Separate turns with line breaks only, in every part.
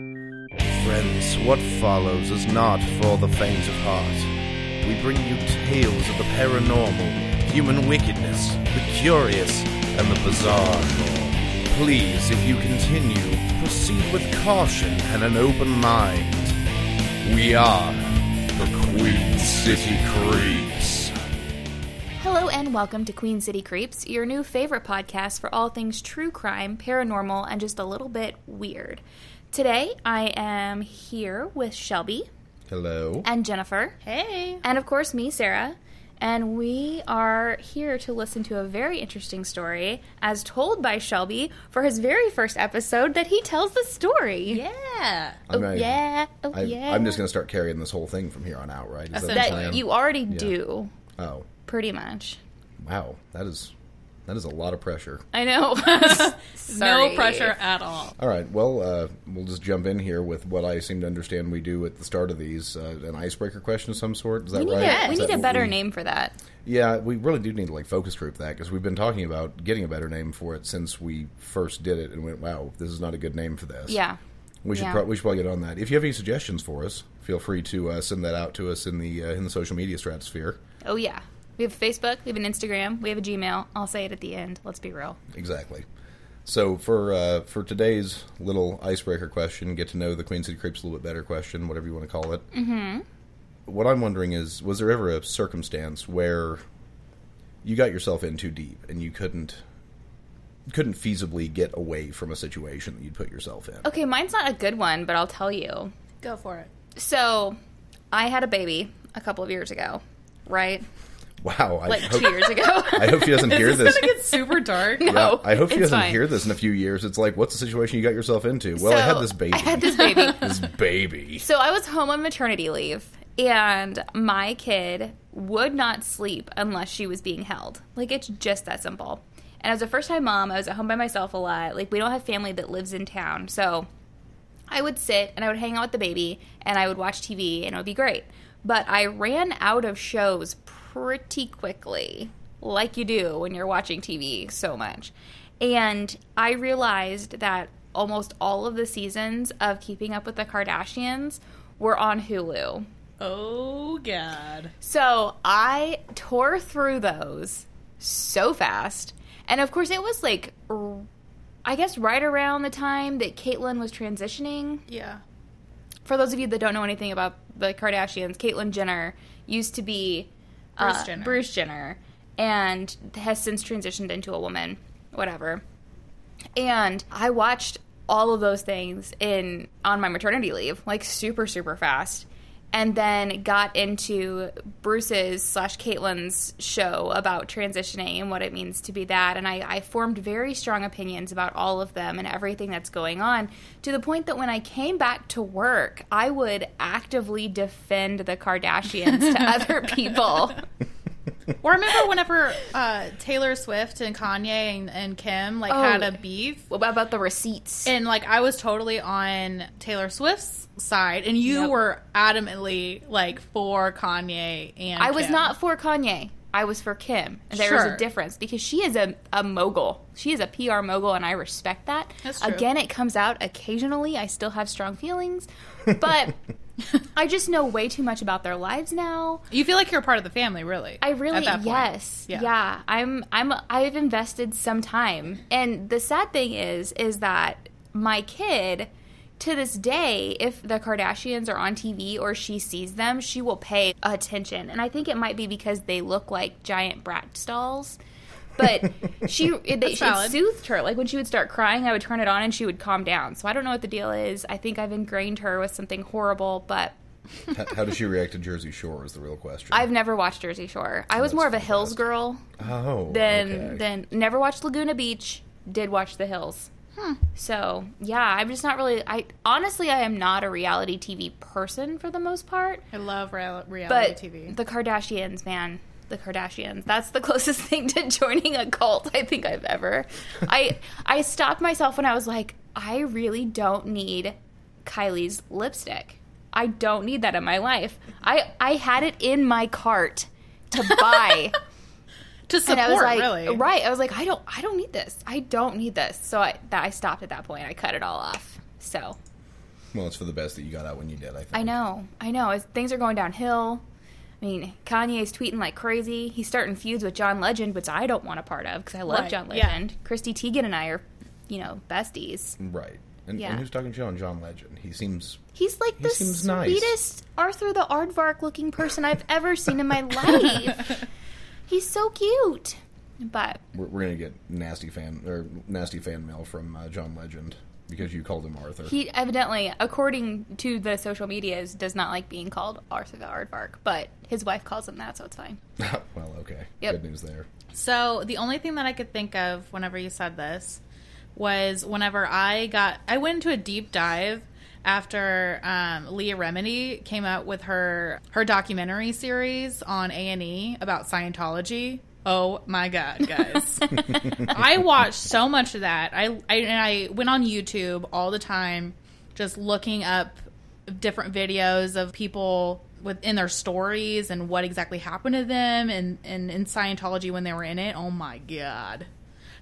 Friends, what follows is not for the faint of heart. We bring you tales of the paranormal, human wickedness, the curious, and the bizarre. Please, if you continue, proceed with caution and an open mind. We are the Queen City Creeps.
Hello and welcome to Queen City Creeps, your new favorite podcast for all things true crime, paranormal, and just a little bit weird. Today I am here with Shelby
Hello.
and Jennifer,
Hey.
and of course me, Sarah, and we are here to listen to a very interesting story as told by Shelby for his very first episode that he tells the story.
Yeah.
I'm
Oh,
not even-
yeah. Oh,
I,
yeah.
I'm just going to start carrying this whole thing from here on out, right? Is that the
that
plan?
you already do
Oh,
pretty much.
wow. That is that is a lot of pressure.
I know.
No
Sorry.
pressure at all.
All right. Well, uh, we'll just jump in here with what I seem to understand we do at the start of these uh, an icebreaker question of some sort. Is that
We need,
right?
a, we
Is
need
that
a
what
better
we-
name for that.
Yeah, we really do need to like focus group that because we've been talking about getting a better name for it since we first did it and went, wow, this is not a good name for this.
Yeah.
We should
Yeah.
pro- we should probably get on that. If you have any suggestions for us, feel free to uh, send that out to us in the uh, in the social media stratosphere.
Oh yeah. We have Facebook, we have an Instagram, we have a Gmail. I'll say it at the end. Let's be real.
Exactly. So for uh, for today's little icebreaker question, get to know the Queen City Creeps a little bit better question, whatever you want to call it. Mm-hmm. What I'm wondering is, was there ever a circumstance where you got yourself in too deep and you couldn't couldn't feasibly get away from a situation that you'd put yourself in?
Okay, mine's not a good one, but I'll tell you.
Go for it.
So, I had a baby a couple of years ago, right?
Wow, I
Like
hope
two years ago.
I hope she doesn't hear
Is this
this.
gonna get super dark?
No,
I hope she
it's
doesn't
fine.
hear this in a few years. It's like, what's the situation you got yourself into? Well, I
So,
had this baby.
I had this baby.
this baby.
So I was home on maternity leave, and my kid would not sleep unless she was being held. Like, it's just that simple. And as a first time mom, I was at home by myself a lot. Like, we don't have family that lives in town. So I would sit and I would hang out with the baby and I would watch TV and it would be great. But I ran out of shows pretty quickly, like you do when you're watching TV so much. And I realized that almost all of the seasons of Keeping Up with the Kardashians were on Hulu.
Oh god.
So I tore through those so fast. And of course, it was like, r- I guess, right around the time that Caitlyn was transitioning
Yeah.
for those of you that don't know anything about the Kardashians, Caitlyn Jenner used to be uh,
Bruce Jenner.
Bruce Jenner and has since transitioned into a woman, whatever. And I watched all of those things in on my maternity leave, like super super fast. And then got into Bruce's slash Caitlyn's show about transitioning and what it means to be that. And I, I formed very strong opinions about all of them and everything that's going on to the point that when I came back to work, I would actively defend the Kardashians to other people.
Or remember whenever uh, Taylor Swift and Kanye and, and Kim like
Oh.
had a beef,
What about the receipts?
and like I was totally on Taylor Swift's side, and you
Yep.
were adamantly like for Kanye and
I was
Kim.
not for Kanye. I was for Kim. There is a
Sure.
difference because she is a, a mogul. She is a PR mogul, and I respect that.
That's true.
Again, it comes out occasionally. I still have strong feelings, but I just know way too much about their lives now.
You feel like you're a part of the family, really.
I really
at that point.
yes. Yeah. I'm I'm I've invested some time. And the sad thing is is that my kid to this day if the Kardashians are on TV or she sees them, she will pay attention. And I think it might be because they look like giant brat dolls. But she it, they, it
valid.
soothed her. Like when she would start crying, I would turn it on and she would calm down. So I don't know what the deal is. I think I've ingrained her with something horrible, but
how, how does she react to Jersey Shore? Is the real question.
I've never watched Jersey Shore. I was more of a Hills girl
oh,
then
okay.
then never watched Laguna Beach, did watch The Hills. So yeah, I'm just not really. I honestly, I am not a reality TV person for the most part.
I love real- reality
But
TV.
the Kardashians, man, the Kardashians. That's the closest thing to joining a cult I think I've ever. I I stopped myself when I was like, I really don't need Kylie's lipstick. I don't need that in my life. I I had it in my cart to buy.
to support,
and I was like,
really.
right? I was like, I don't, I don't need this. I don't need this. So I, that, I stopped at that point. I cut it all off. So
Well, it's for the best that you got out when you did. I think.
I know, I know. As things are going downhill. I mean, Kanye's tweeting like crazy. He's starting feuds with John Legend, which I don't want a part of because I love
Right,
John
yeah.
Legend. Christy Teigen and I are, you know, besties.
Right. And,
Yeah.
and who's talking shit on John Legend? He seems
He's like
He
the
seems nice.
sweetest Arthur the Aardvark looking person I've ever seen in my life. He's so cute. But
we're, we're gonna get nasty fan or nasty fan mail from uh, John Legend because you called him Arthur.
he evidently, according to the social medias, does not like being called Arthur the Aardvark. But his wife calls him that, so it's fine.
well, okay.
Yep.
Good news there.
So the only thing that I could think of whenever you said this was whenever I got I went into a deep dive after um, Leah Remini came out with her her documentary series on A and E about Scientology. Oh my god, guys! I watched so much of that. I, I and I went on YouTube all the time, just looking up different videos of people within their stories and what exactly happened to them and and in Scientology when they were in it. Oh my god!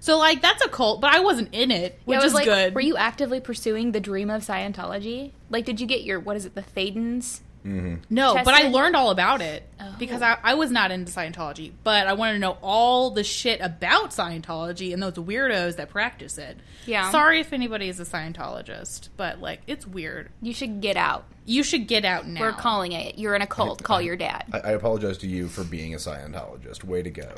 So like that's a cult, but I wasn't in it, which
Yeah, I was
is
like,
good.
were you actively pursuing the dream of Scientology? Like, did you get your, what is it, the Thadens?
No, but I
tested?
learned all about it
Oh.
because I, I was not into Scientology, but I wanted to know all the shit about Scientology and those weirdos that practice it.
Yeah.
Sorry if anybody is a Scientologist, but like it's weird.
You should get out.
You should get out now.
We're calling it. You're in a cult. Call your dad.
I, I apologize to you for being a Scientologist. Way to go.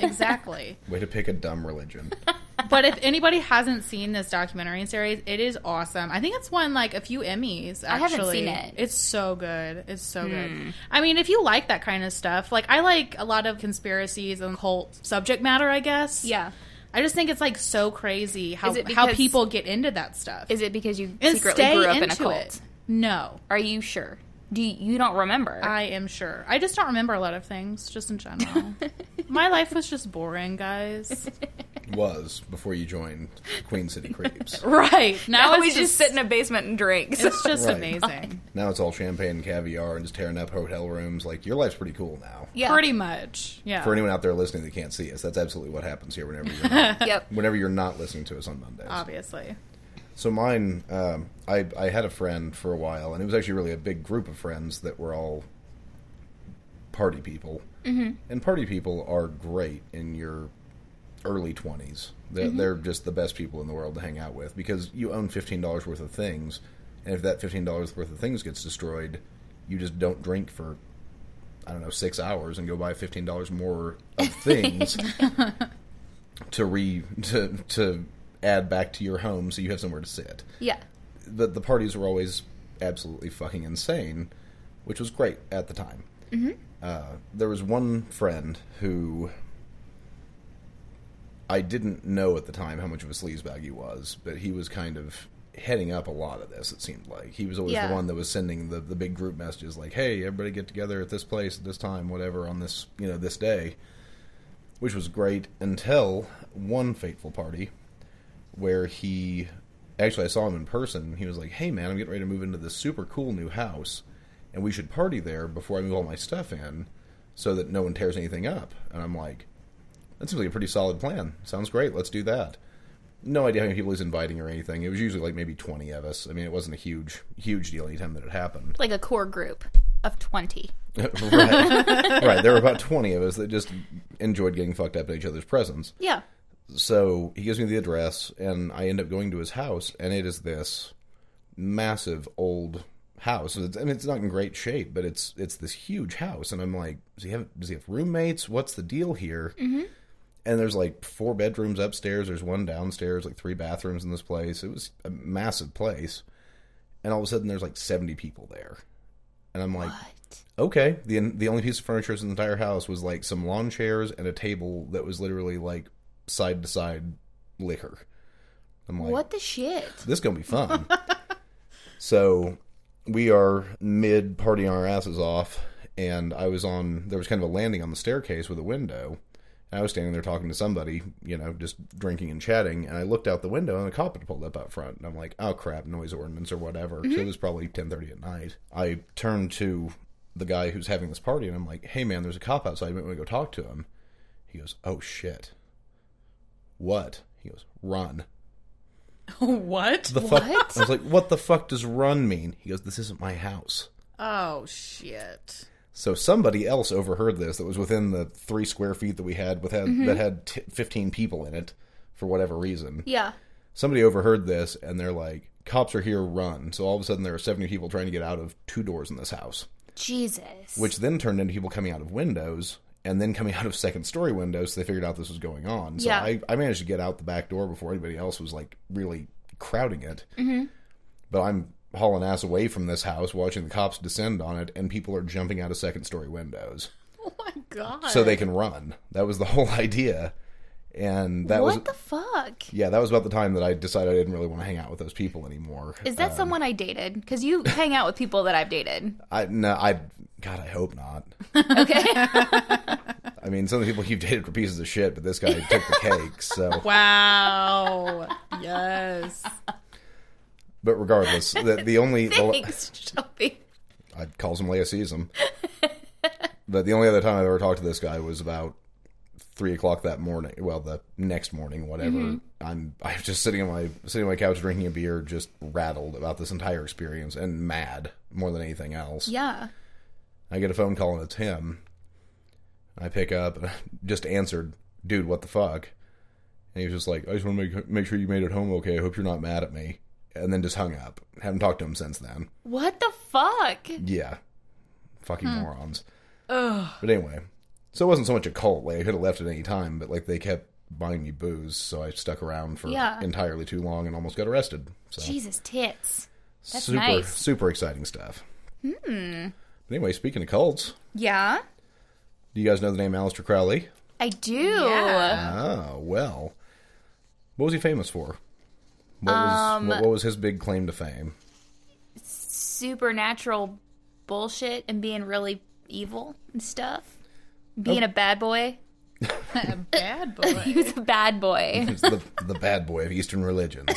exactly.
Way to pick a dumb religion.
but if anybody hasn't seen this documentary series, it is awesome. I think it's won like a few Emmys. Actually.
haven't seen it. Hmm.
It's so good. It's so good. I mean, if you like that kind of stuff, like I like a lot of conspiracies and cult subject matter. I guess.
Yeah.
I just think it's like so crazy how
Is it
how
because-
people get into that stuff
Is it because you
and
secretly
stay
grew up
into
in a cult?
it. No,
Are you sure? Do you, you don't remember?
I am sure. I just don't remember a lot of things, just in general. My life was just boring, guys.
Was before you joined Queen City Creeps.
Right now,
Always
it's just,
just sit in a basement and drink. so-
It's just
Right.
amazing,
Now it's all champagne and caviar and just tearing up hotel rooms. Like your life's pretty cool now.
yeah.
pretty much. Yeah.
For anyone out there listening that can't see us, that's absolutely what happens here whenever you're not,
Yep.
whenever you're not listening to us on Mondays.
Ah, Obviously.
So mine, um, I I had a friend for a while, and it was actually really a big group of friends that were all party people, mm-hmm. and party people are great in your early twenties. They're, they're just the best people in the world to hang out with because you own fifteen dollars worth of things, and if that fifteen dollars worth of things gets destroyed, you just don't drink for. I don't know, six hours and go buy fifteen dollars more of things to re to to add back to your home so you have somewhere to sit.
Yeah.
The the parties were always absolutely fucking insane, which was great at the time. Mm-hmm. Uh, there was one friend who I didn't know at the time how much of a sleazebag he was, but he was kind of heading up a lot of this. It seemed like he was always
Yeah.
the one that was sending the the big group messages like, "Hey, everybody get together at this place at this time, whatever on this you know this day," which was great until one fateful party where he actually I saw him in person. He was like, "Hey man, I'm getting ready to move into this super cool new house, and we should party there before I move all my stuff in, so that no one tears anything up." And I'm like, "That seems like a pretty solid plan. Sounds great. Let's do that." No idea how many people he's inviting or anything. It was usually like maybe 20 of us. I mean, it wasn't a huge, huge deal anytime that it happened.
Like a core group of 20.
right. right. There were about 20 of us that just enjoyed getting fucked up in each other's presence.
Yeah.
So he gives me the address, and I end up going to his house, and it is this massive old house. It's, I mean, it's not in great shape, but it's it's this huge house, and I'm like, does he have does he have roommates? What's the deal here? Mm-hmm. And there's like four bedrooms upstairs. There's one downstairs. Like three bathrooms in this place. It was a massive place, and all of a sudden there's like 70 people there, and I'm like, okay. the The only piece of furniture in the entire house was like some lawn chairs and a table that was literally like side to side liquor. I'm like,
What the shit?
this is gonna be fun. so we are mid partying our asses off, and I was on there was kind of a landing on the staircase with a window, and I was standing there talking to somebody, you know, just drinking and chatting, and I looked out the window and a cop had pulled up out front, and I'm like, oh crap, noise ordinance or whatever. So it was probably ten thirty at night. I turned to the guy who's having this party, and I'm like, hey man, there's a cop outside. You might want to go talk to him. He goes, "Oh shit." What? He goes, "Run."
what?
The fuck? I was like, "What the fuck does run mean?" He goes, "This isn't my house."
Oh shit.
So somebody else overheard this that was within the 3 square feet that we had with had that had t- 15 people in it for whatever reason.
Yeah.
Somebody overheard this and they're like, "Cops are here, run." So all of a sudden there are 70 people trying to get out of two doors in this house.
Jesus.
which then turned into people coming out of windows and then coming out of second story windows. So they figured out this was going on. So
Yeah.
I, I managed to get out the back door before anybody else was like really crowding it. Mm-hmm. But I'm hauling ass away from this house, watching the cops descend on it, and people are jumping out of second story windows
Oh my god.
so they can run. That was the whole idea. And that
what
was
the fuck?
yeah, that was about the time that I decided I didn't really want to hang out with those people anymore.
Is that someone I dated? Because you hang out with people that I've dated.
I no, I God, I hope not.
Okay.
I mean, some of the people you've dated were pieces of shit, but this guy took the cake. So
Wow. yes.
But regardless, the, the only the,
Thanks, Shelby.
I calls him Laicism. but the only other time I've ever talked to this guy was about three o'clock that morning. Well, the next morning, whatever.
Mm-hmm.
I'm I'm just sitting on my sitting on my couch drinking a beer, just rattled about this entire experience and mad more than anything else.
Yeah.
I get a phone call and it's him. I pick up, just answered, dude, what the fuck? And he was just like, I just want to make make sure you made it home okay. I hope you're not mad at me. And then just hung up. Haven't talked to him since then.
What the fuck?
Yeah. Fucking
Hmm.
morons. But anyway, so it wasn't so much a cult. Like, I could have left at any time, but, like, they kept buying me booze, so I stuck around for
Yeah.
entirely too long and almost got arrested. So,
Jesus tits. that's
super,
nice.
super exciting stuff. Hmm. But anyway, speaking of cults,
Yeah.
do you guys know the name Aleister Crowley?
I do.
Yeah.
Uh.
Ah, well. What was he famous for? What was,
Um,
what, what was his big claim to fame?
Supernatural bullshit and being really evil and stuff.
Oh.
Being a bad boy.
A bad boy.
He was a bad boy.
He's the, the bad boy of Eastern religions.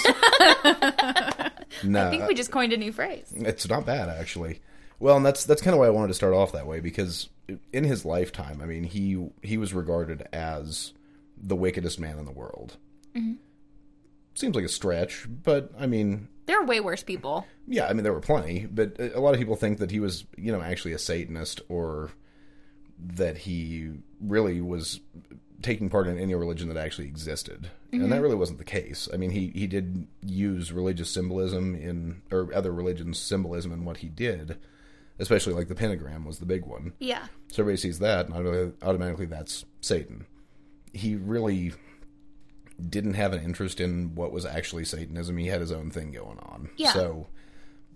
no,
I think we just coined a new phrase.
It's not bad actually. Well, and that's that's kind of why I wanted to start off that way because in his lifetime, I mean, he he was regarded as the wickedest man in the world. Seems like a stretch, but I mean,
There are way worse people.
yeah, I mean there were plenty, but a a lot of people think that he was, you know, actually a Satanist or that he really was taking part in any religion that actually existed. And that really wasn't the case. I mean, he he did use religious symbolism in or other religions symbolism in what he did, especially like the pentagram was the big one.
Yeah.
So everybody sees that, and auto- automatically that's Satan. He really didn't have an interest in what was actually Satanism. He had his own thing going on.
Yeah.
So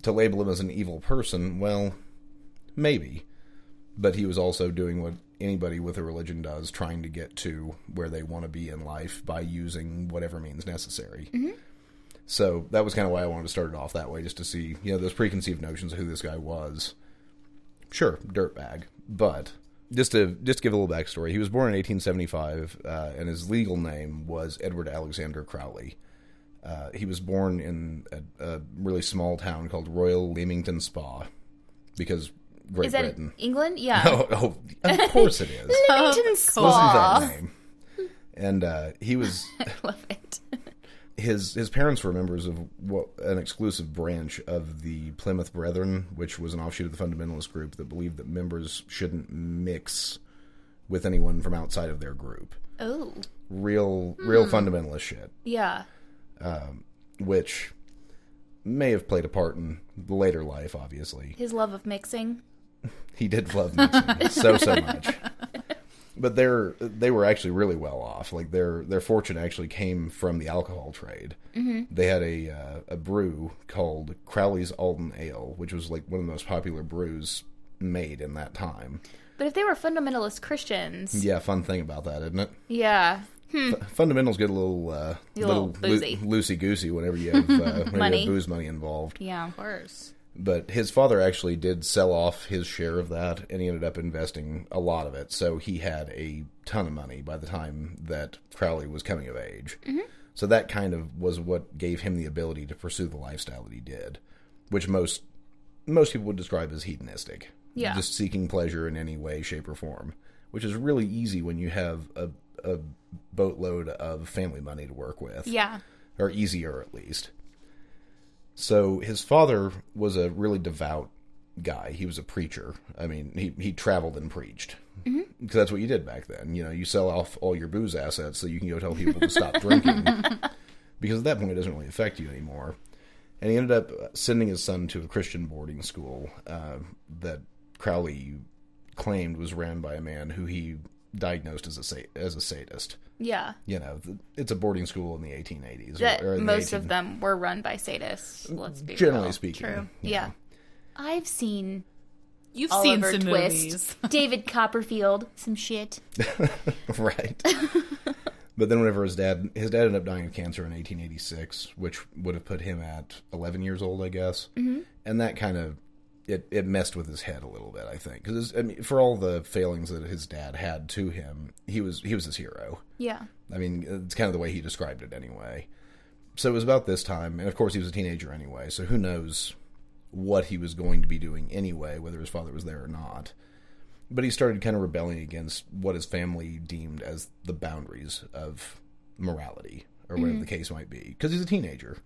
to label him as an evil person, well, maybe. But he was also doing what anybody with a religion does, trying to get to where they want to be in life by using whatever means necessary. So that was kind of why I wanted to start it off that way, just to see, you know, those preconceived notions of who this guy was sure dirtbag but just to just to give a little backstory he was born in 1875 uh, and his legal name was edward alexander crowley uh, he was born in a, a really small town called royal leamington spa because great
Is that
britain
England? Yeah. Oh,
oh, oh of course it is Listen
Leamington
to that
Spa.
name and uh, he was
I love it.
his his parents were members of what an exclusive branch of the Plymouth Brethren, which was an offshoot of the fundamentalist group that believed that members shouldn't mix with anyone from outside of their group.
Oh.
Real real fundamentalist shit,
Yeah.
which may have played a part in the later life, obviously.
His love of mixing.
He did love mixing so so much. But they're they were actually really well off. Like their their fortune actually came from the alcohol trade. Mm-hmm. They had a uh, a brew called Crowley's Alden Ale, which was like one of the most popular brews made in that time.
But if they were fundamentalist Christians,
Yeah, fun thing about that, isn't it?
yeah,
Fundamentals get a little uh,
Mm. A little boozy.
loosey goosey whenever you have uh, whenever you
Money.
have booze money involved.
yeah,
Of course.
but his father actually did sell off his share of that and he ended up investing a lot of it so he had a ton of money by the time that crowley was coming of age so that kind of was what gave him the ability to pursue the lifestyle that he did which most most people would describe as hedonistic
Yeah.
just seeking pleasure in any way shape or form which is really easy when you have a a boatload of family money to work with
Yeah.
or easier at least. So his father was a really devout guy. He was a preacher. I mean, he he traveled and preached because that's what you did back then. You know, you sell off all your booze assets so you can go tell people to stop drinking because at that point it doesn't really affect you anymore. And he ended up sending his son to a Christian boarding school uh, that Crowley claimed was ran by a man who he diagnosed as a sa- as a sadist
Yeah.
you know, th- it's a boarding school in the 1880s.
That
or- or in the
most
18
of them were run by sadists. Let's be
generally
real.
speaking.
True.
you
Yeah.
know.
I've seen
You've
Oliver
seen some
Twist,
movies.
David Copperfield, some shit.
right. but then whenever his dad, his dad ended up dying of cancer in 1886, which would have put him at 11 years old, I guess. Mm-hmm. And that kind of, it, it messed with his head a little bit, I think. Because, I mean, for all the failings that his dad had to him, he was, he was his hero.
Yeah.
I mean, it's kind of the way he described it anyway. So it was about this time, and of course he was a teenager anyway, so who knows what he was going to be doing anyway, whether his father was there or not. But he started kind of rebelling against what his family deemed as the boundaries of morality, or whatever the case might be, because he's a teenager.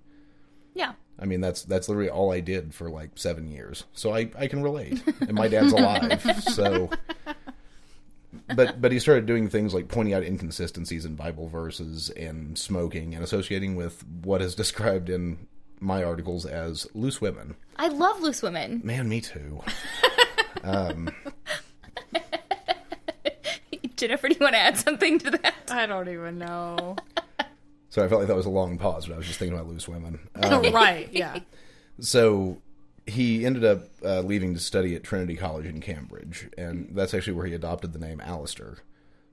Yeah.
I mean, that's that's literally all I did for like seven years, so I I can relate. And my dad's alive, so. But but he started doing things like pointing out inconsistencies in Bible verses and smoking and associating with what is described in my articles as loose women.
I love loose women.
Man, me too.
Jennifer, do you want to add something to that?
I don't even know.
So I felt like that was a long pause, but I was just thinking about loose women. Um,
right? Yeah.
so he ended up uh, leaving to study at Trinity College in Cambridge, and that's actually where he adopted the name Alistair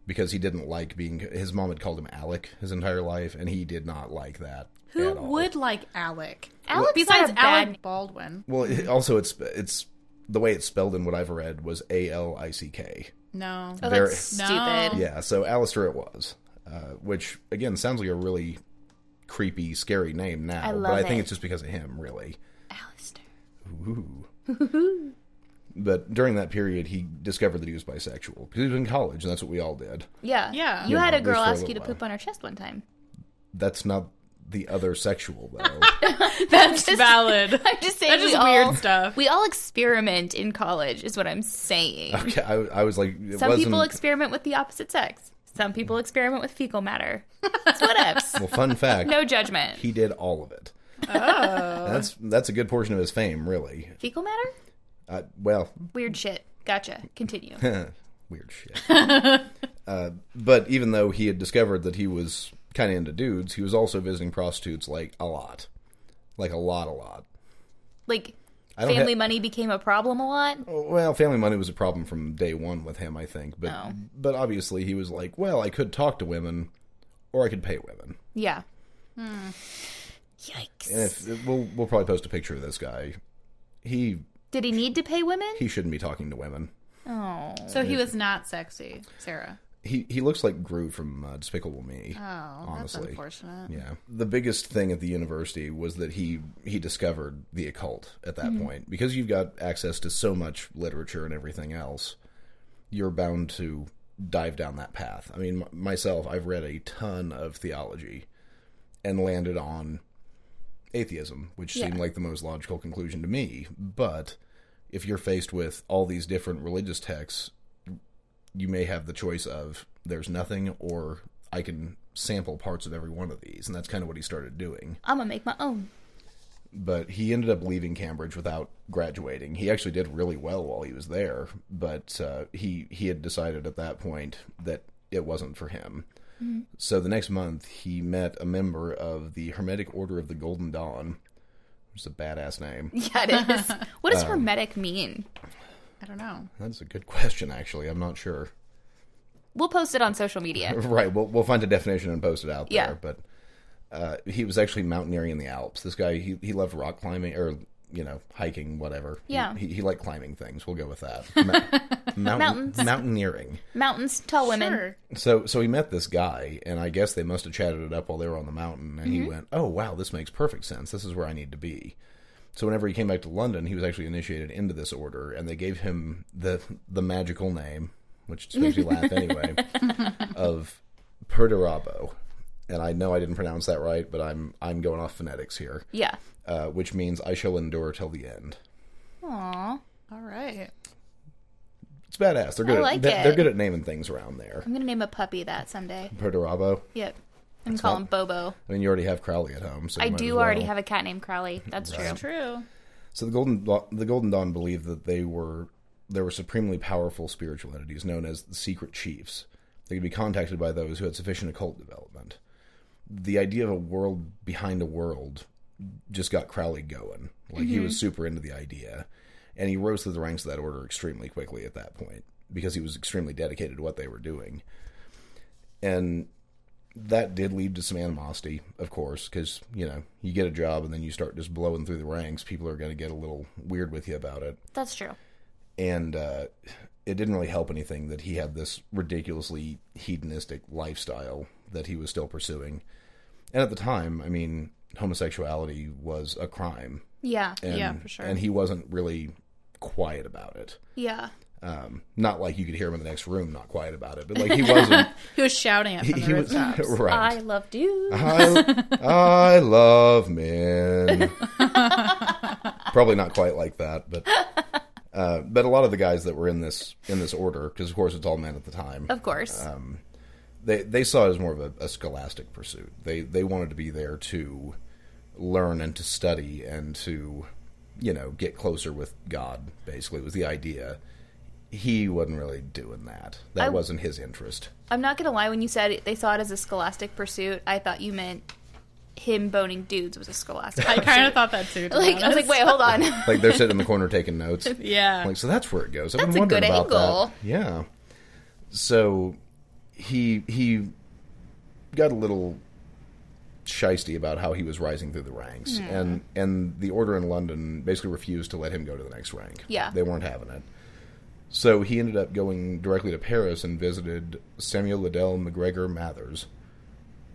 because he didn't like being. His mom had called him Alec his entire life, and he did not like that.
Who
at all.
would like Alec?
Alec's
Besides
not a bad-
Alec Baldwin.
Well, it, also it's it's the way it's spelled in what I've read was A L I C K.
No.
Oh,
Very-
that's stupid.
Yeah, so Alistair it was, uh, which again sounds like a really creepy, scary name now,
I
but I
love
think
it.
it's just because of him, really.
Alistair.
Ooh. but during that period, he discovered that he was bisexual because he was in college, and that's what we all did.
Yeah.
Yeah.
You
Yeah,
had a
at least
girl
for a
ask you to
little
poop on her chest one time.
That's not the other sexual though.
That's valid.
I'm just saying.
That's
we
just
all,
weird stuff.
We all experiment in college, is what I'm saying.
okay, I, I was like, it
Some
wasn't.
people experiment with the opposite sex. Some people experiment with fecal matter. It's whatevs.
well, fun fact:
No judgment.
he did all of it. Oh. That's that's a good portion of his fame, really.
Fecal matter?
Uh, well,
Weird shit. Gotcha. Continue.
weird shit. uh, but even though he had discovered that he was kind of into dudes, he was also visiting prostitutes like a lot, like a lot, a lot.
Like,
don't
family
ha- Oh.
money became a problem a lot.
Well, family money was a problem from day one with him, I think. But
Oh.
but obviously he was like, well, I could talk to women, or I could pay women.
Yeah. Hmm. Yikes.
And if we'll we'll probably post a picture of this guy. He
Did he need to pay women?
he shouldn't be talking to women.
Oh.
So he was not sexy, Sarah.
He he looks like Groot from uh, Despicable Me.
Oh, that's
Honestly.
unfortunate.
Yeah. The biggest thing at the university was that he he discovered the occult at that point because you've got access to so much literature and everything else. You're bound to dive down that path. I mean, m- myself, I've read a ton of theology and landed on atheism, which seemed like the most logical conclusion to me, but if you're faced with all these different religious texts, you may have the choice of there's nothing or I can sample parts of every one of these. And that's kind of what he started doing.
I'm going to make my own.
But he ended up leaving Cambridge without graduating. He actually did really well while he was there, but uh, he, he had decided at that point that it wasn't for him. So the next month, he met a member of the Hermetic Order of the Golden Dawn, which is a badass name.
Yeah, it is. What
Uh.
does hermetic mean?
I don't know.
That's a good question, actually. I'm not sure.
We'll post it on social media.
Right. We'll, we'll find a definition and post it out there.
Yeah.
But uh, he was actually mountaineering in the Alps. This guy, he, he loved rock climbing or, you know, hiking, whatever. He-
Yeah.
He, he, liked climbing things. We'll go with that. Mou- mountain-
Mountains.
Mountaineering.
Mountains, tall women.
Sure.
So, so he met this guy, and I guess they must have chatted it up while they were on the mountain. And
Mm-hmm.
he went, "Oh wow, this makes perfect sense. This is where I need to be." So, whenever he came back to London, he was actually initiated into this order, and they gave him the the magical name, which just makes me laugh anyway, of Perdurabo, and I know I didn't pronounce that right, but I'm I'm going off phonetics here,
Yeah.
uh, which means I shall endure till the end.
Aw.
All right.
It's badass. They're good.
I like
at, they- They're
it.
good at naming things around there.
I'm gonna name a puppy that someday.
Perdurabo.
Yep. I'm gonna call him Bobo.
I mean, you already have Crowley at home, so you
I
might
do
as well.
already have a cat named Crowley. That's true.
True.
So the golden Dawn- the Golden Dawn believed that they were there were supremely powerful spiritual entities known as the secret chiefs. They could be contacted by those who had sufficient occult development. The idea of a world behind a world just got Crowley going. Like he was super into the idea, and he rose through the ranks of that order extremely quickly at that point because he was extremely dedicated to what they were doing. And that did lead to some animosity, of course, because you know you get a job and then you start just blowing through the ranks. People are going to get a little weird with you about it,
That's true.
and uh, it didn't really help anything that he had this ridiculously hedonistic lifestyle that he was still pursuing. And at the time, I mean, homosexuality was a crime,
Yeah.
and,
Yeah, for sure.
and he wasn't really quiet about it.
Yeah.
Um, not like you could hear him in the next room, not quiet about it, but like he wasn't.
He was shouting it
he
from the
was
rooftops.
right. Uh-huh.
I love dudes.
I, I love men. Probably not quite like that, but uh, but a lot of the guys that were in this in this order, because of course it's all men at the time.
Of course.
Um, They they saw it as more of a, a scholastic pursuit. They they wanted to be there to learn and to study and to you know get closer with God. Basically, was the idea. He wasn't really doing that. That
I-
wasn't his interest.
I'm not gonna lie. When you said it, they saw it as a scholastic pursuit, I thought you meant him boning dudes was a scholastic.
I kind of thought that too. to be
like I was like,
honest.
wait, hold on.
Like they're sitting in the corner taking notes.
yeah.
Like, so that's where it goes. I've
That's
been
a
wondering about
good angle.
that. Yeah. So he he got a little shisty about how he was rising through the
Hmm.
ranks, and and the order in London basically refused to let him go to the next rank.
Yeah.
they weren't having it. So he ended up going directly to Paris and visited Samuel Liddell McGregor Mathers,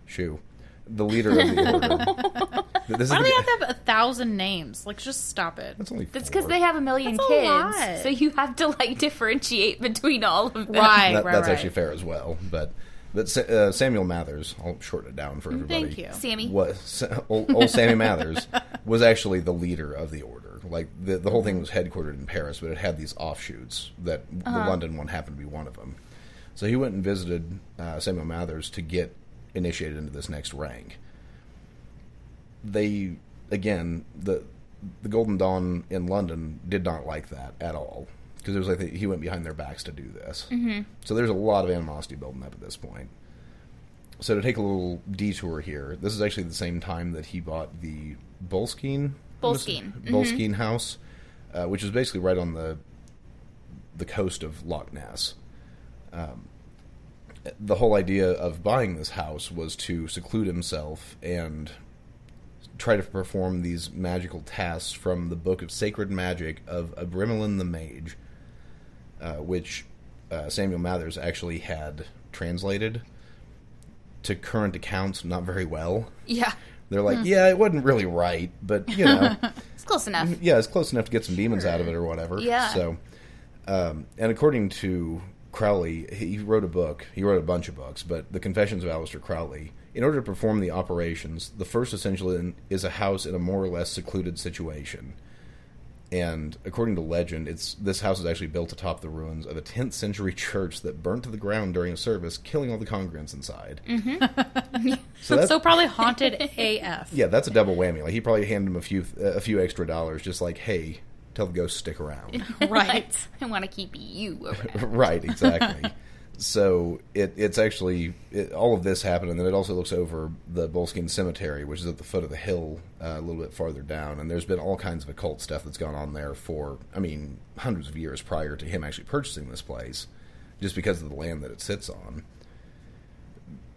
shoo, the leader of the order. This is
Why do
the
they
guy-
have to have a thousand names? Like, just stop it.
That's only
That's because
four.
they have a million
That's a
kids,
lot.
so you have to like differentiate between all of them.
Right,
That-
right,
that's
right.
actually fair as well. But but Sa- uh, Samuel Mathers, I'll shorten it down for everybody.
Thank you.
Sammy.
Was Sa- old, old Sammy Mathers was actually the leader of the order. Like the the whole thing was headquartered in Paris, but it had these offshoots that
Uh-huh.
the London one happened to be one of them. So he went and visited uh, Samuel Mathers to get initiated into this next rank. They again the the Golden Dawn in London did not like that at all because it was like they, he went behind their backs to do this. Mm-hmm. So there's a lot of animosity building up at this point. So to take a little detour here, this is actually the same time that he bought the Boleskine
Boleskine,
Boleskine house, uh, which is basically right on the the coast of Loch Ness. Um, the whole idea of buying this house was to seclude himself and try to perform these magical tasks from the Book of Sacred Magic of Abrimelin the Mage, uh, which uh, Samuel Mathers actually had translated to current accounts not very well.
Yeah,
They're like, yeah, it wasn't really right, but you know,
it's close enough.
yeah, it's close enough to get some demons out of it or whatever.
Yeah.
So, um, and according to Crowley, he wrote a book. He wrote a bunch of books, but the Confessions of Aleister Crowley. In order to perform the operations, the first essential in, is a house in a more or less secluded situation. And according to legend, it's this house is actually built atop the ruins of a 10th century church that burnt to the ground during a service, killing all the congregants inside. Mm-hmm. so that's
So probably haunted AF.
yeah, that's a double whammy. Like he probably handed him a few a few extra dollars, just like, hey, tell the ghost to stick around.
Right.
I want to keep you around.
right, exactly. so it, it's actually it, all of this happened, and then it also looks over the Boleskine Cemetery, which is at the foot of the hill, uh, a little bit farther down. And there's been all kinds of occult stuff that's gone on there for, I mean, hundreds of years prior to him actually purchasing this place, just because of the land that it sits on.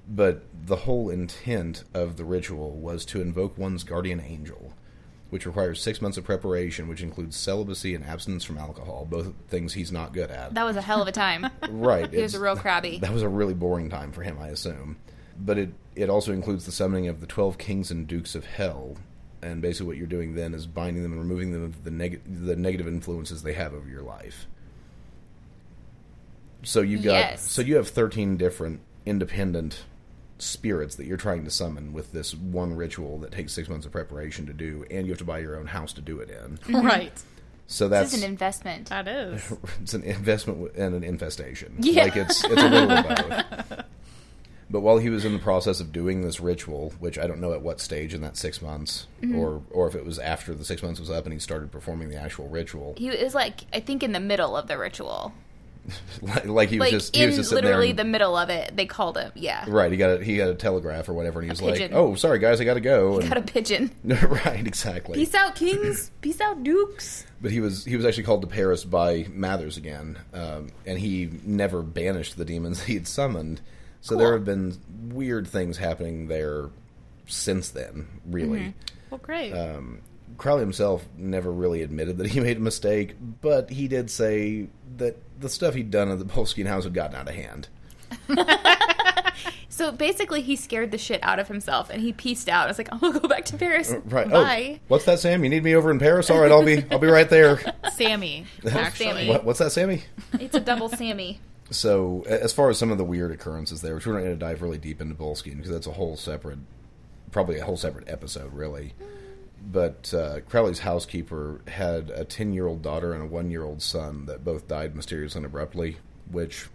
But the whole intent of the ritual was to invoke one's guardian angel, which requires six months of preparation, which includes celibacy and abstinence from alcohol, both things he's not good at.
That was a hell of a time.
Right.
He was a
it's-
real crabby.
That was a really boring time for him, I assume. But it it also includes the summoning of the twelve kings and dukes of hell, and basically what you're doing then is binding them and removing them of the neg- the negative influences they have over your life. So you've got
Yes.
so you have thirteen different independent spirits that you're trying to summon with this one ritual that takes six months of preparation to do, and you have to buy your own house to do it in.
right.
So
This
that's
is an investment.
That is.
it's an investment w- and an infestation.
Yeah.
Like it's it's a little of both. But while he was in the process of doing this ritual, which I don't know at what stage in that six months,
Mm-hmm.
or or if it was after the six months was up and he started performing the actual ritual,
He was like, I think in the middle of the ritual.
like, like he was
Like
just he
in
was just sitting there
literally
and-
the middle of it, they called him. Yeah.
right. He got a, he got a telegraph or whatever, and he was like,
pigeon.
"Oh, sorry guys, I got to go."
Got a pigeon.
and, right, exactly.
Peace out, kings. Peace out, dukes.
But he was he was actually called to Paris by Mathers again, um, and he never banished the demons he had summoned. So there have been weird things happening there since then. Really, Um,
Well, great.
Uh, Crowley himself never really admitted that he made a mistake, but he did say that the stuff he'd done at the Polskian house had gotten out of hand.
So basically, he scared the shit out of himself and he pieced out. I was like, I'm gonna go back to Paris.
Right?
Bye.
Oh, what's that, Sam? You need me over in Paris? All right, I'll be I'll be right there.
Sammy, actually.
Sammy.
What, what's that, Sammy?
It's a double Sammy.
So, a- as far as some of the weird occurrences there, which we're not going to dive really deep into Boleskine because that's a whole separate, probably a whole separate episode, really. But uh, Crowley's housekeeper had a 10 year old daughter and a one year old son that both died mysteriously and abruptly, which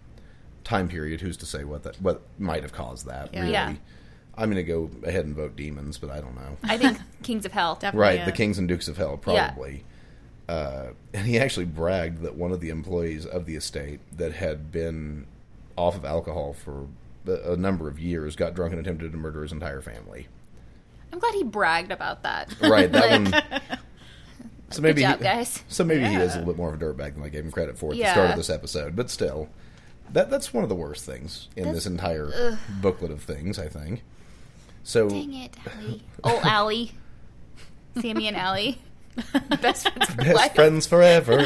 time period, who's to say what that what might have caused that,
Yeah.
really?
Yeah.
I'm going to go ahead and vote demons, but I don't know.
I think Kings of Hell.
Definitely
Right,
a-
the Kings and Dukes of Hell,
Yeah.
probably. Uh, and he actually bragged that one of the employees of the estate that had been off of alcohol for a a number of years got drunk and attempted to murder his entire family.
I'm glad he bragged about that.
Right, that
Like-
one. So maybe,
job,
he,
guys.
so maybe he is a
Yeah.
little bit more of a dirtbag than I gave him credit for at the
Yeah.
start of this episode, but still, that that's one of the worst things in
That's-
this entire booklet of things. I think. So
Dang it, Allie. Oh, Allie. Sammy and Allie. Best friends for
best
life.
friends forever.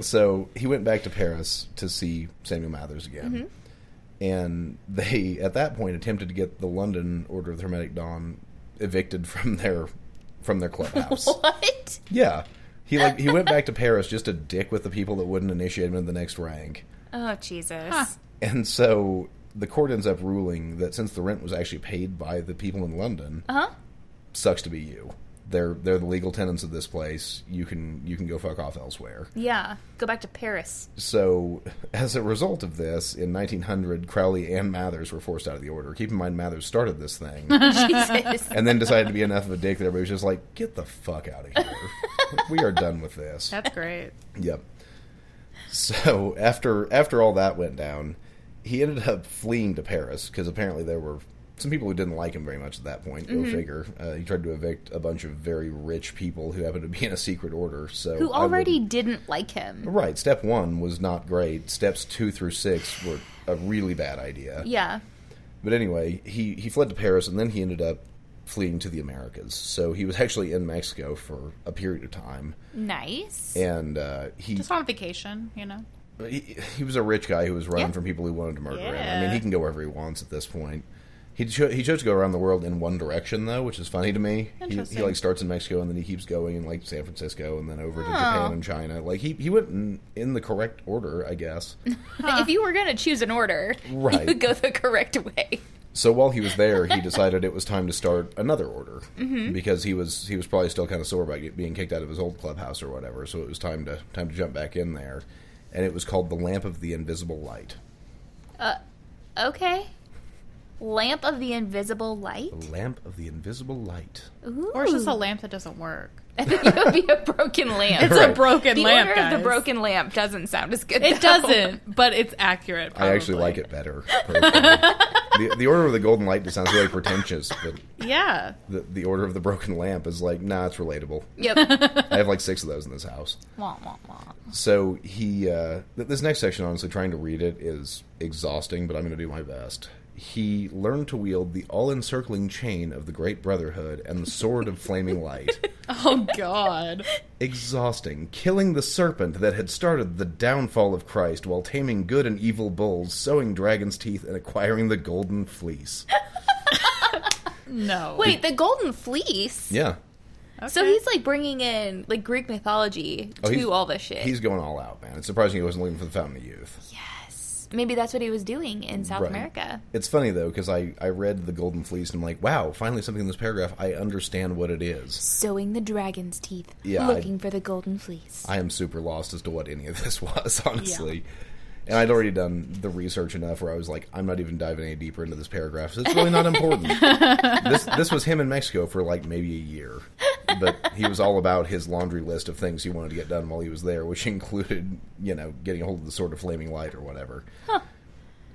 so he went back to Paris to see Samuel Mathers again. And they, at that point, attempted to get the London Order of the Hermetic Dawn evicted from their from their clubhouse.
What?
yeah, he like he went back to Paris just to dick with the people that wouldn't initiate him into the next rank.
Oh, Jesus.
Huh.
And so the court ends up ruling that since the rent was actually paid by the people in London,
Uh-huh.
sucks to be you. They're they're the legal tenants of this place. You can you can go fuck off elsewhere.
Yeah. Go back to Paris.
So as a result of this, in 1900, Crowley and Mathers were forced out of the order. Keep in mind, Mathers started this thing
Jesus.
and then decided to be enough of a dick that everybody was just like, "Get the fuck out of here. we are done with this."
That's great.
Yep. So after after all that went down, he ended up fleeing to Paris because apparently there were some people who didn't like him very much at that point.
Mm-hmm.
Go figure. Uh, he tried to evict a bunch of very rich people who happened to be in a secret order. So
Who
I
already
wouldn't-
didn't like him.
right. Step one was not great. Steps two through six were a really bad idea.
Yeah.
But anyway, he he fled to Paris and then he ended up fleeing to the Americas. So he was actually in Mexico for a period of time,
Nice.
and uh, he
Just on vacation, you know.
he, he was a rich guy who was running
Yeah.
from people who wanted to murder him. I
Yeah.
mean, he can go wherever he wants at this point. He cho- he chose to go around the world in one direction though, which is funny to me. He, he
Interesting.
like starts in Mexico and then he keeps going in like San Francisco and then over to Japan and China. Like he he went in, in the correct order, I guess.
If you were going to choose an order, you
Right.
would go the correct way.
so while he was there, he decided it was time to start another order because he was he was probably still kind of sore about get- being kicked out of his old clubhouse or whatever. So it was time to time to jump back in there, and it was called the Lamp of the Invisible Light.
Okay. Lamp of the invisible light.
The Lamp of the Invisible Light.
Ooh.
Or it's just a lamp that doesn't work.
it would be a broken lamp.
It's
Right.
a broken
the
lamp,
order
guys.
of the broken lamp doesn't sound as good.
It
though.
doesn't, but it's accurate.
I actually like it
probably.
better. personally. the, the Order of the Golden Light just sounds really pretentious, but
Yeah.
the, the Order of the Broken Lamp is like, nah, it's relatable.
Yep.
I have like six of those in this house.
wah, wah, wah.
So he, uh, th- this next section, honestly, trying to read it is exhausting, but I'm going to do my best. He learned to wield the all encircling chain of the Great Brotherhood and the Sword of Flaming Light.
Oh God.
Exhausting, killing the serpent that had started the downfall of Christ while taming good and evil bulls, sowing dragon's teeth, and acquiring the Golden Fleece.
No.
Wait, the golden fleece.
Yeah.
So he's like bringing in like Greek mythology
Oh, he's-
to all this shit.
He's going all out, man. It's surprising he wasn't looking for the Fountain of Youth.
yes. that's maybe that's what he was doing in South
Right.
America.
It's funny though because I I read the Golden Fleece and I'm like, wow, finally something in this paragraph I understand what it is.
Sowing the dragon's teeth,
Yeah, I-
looking for the golden fleece.
I am super lost as to what any of this was, honestly. And I'd already done the research enough where I was like, I'm not even diving any deeper into this paragraph. So it's really not important. this this was him in Mexico for like maybe a year, but he was all about his laundry list of things he wanted to get done while he was there, which included you know getting a hold of the sword of flaming light or whatever.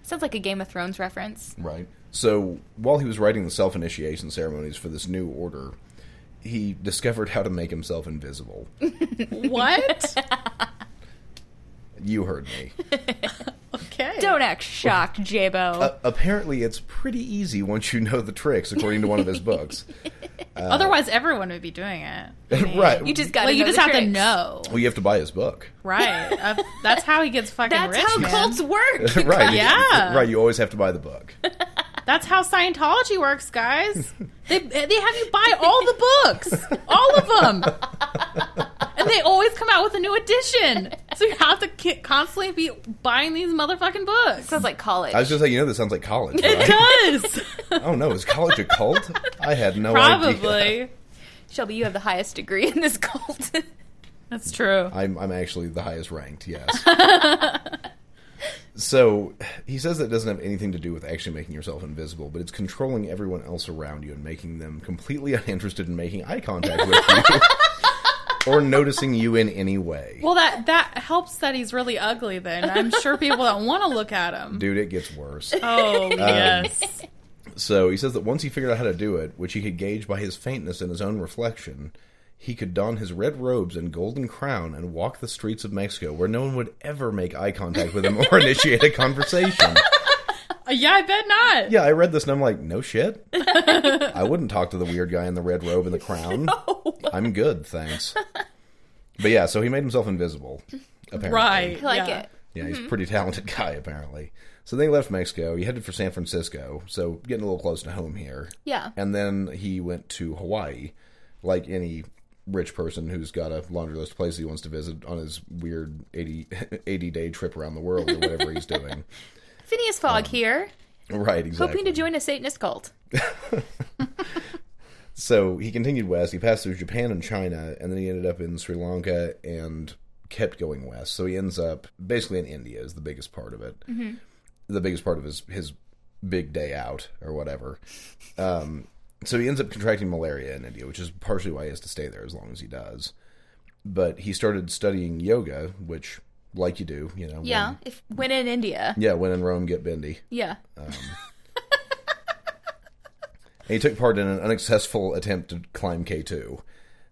Sounds like a Game of Thrones reference.
Right. So while he was writing the self initiation ceremonies for this new order, he discovered how to make himself invisible.
What?
you heard me.
okay.
Don't act shocked, Jabo.
Uh, apparently, it's pretty easy once you know the tricks, according to one of his books. Uh,
Otherwise, everyone would be doing it.
right.
you just got.
like you just have to
tricks.
know,
Well, you have to buy his book.
right? Uh, that's how he gets fucking
That's
rich.
how
man.
cults work.
right.
Yeah.
Right. You always have to buy the book.
That's how Scientology works, guys. they they have you buy all the books, all of them, and they always come out with a new edition. So you have to ki- constantly be buying these motherfucking books.
Sounds like college.
I was just like, you know, this sounds like college.
It
Right?
does,
oh no, is college a cult? I had no idea.
probably.
Shelby, you have the highest degree in this cult.
That's true.
I'm, I'm actually the highest ranked, yes. so he says that doesn't have anything to do with actually making yourself invisible, but it's controlling everyone else around you and making them completely uninterested in making eye contact with you or noticing you in any way.
Well, that that helps that he's really ugly. Then I'm sure people don't want to look at him.
Dude, it gets worse.
Oh yes,
So he says that once he figured out how to do it, which he could gauge by his faintness and his own reflection, he could don his red robes and golden crown and walk the streets of Mexico where no one would ever make eye contact with him or initiate a conversation.
yeah, I bet not.
Uh, Yeah, I read this and I'm like, no shit. I wouldn't talk to the weird guy in the red robe and the crown. I'm good, thanks. But yeah, so he made himself invisible. Apparently.
Right.
I like
yeah.
it.
Yeah, he's a pretty talented guy, apparently. So then he left Mexico. He headed for San Francisco, so getting a little close to home here.
Yeah.
And then he went to Hawaii, like any rich person who's got a laundry list of places he wants to visit on his weird 80, 80 day trip around the world or whatever he's doing.
Phineas Fogg here,
Right, Um, exactly.
hoping to join a Satanist cult.
So he continued west. He passed through Japan and China, and then he ended up in Sri Lanka and kept going west. So he ends up basically in India is the biggest part of it. The biggest part of his his big day out or whatever. Um, so he ends up contracting malaria in India, which is partially why he has to stay there as long as he does. But he started studying yoga, which, like you do, you know, when-
Yeah, if when in India.
yeah, when in Rome, get bendy.
Yeah,
And he took part in an unsuccessful attempt to climb K2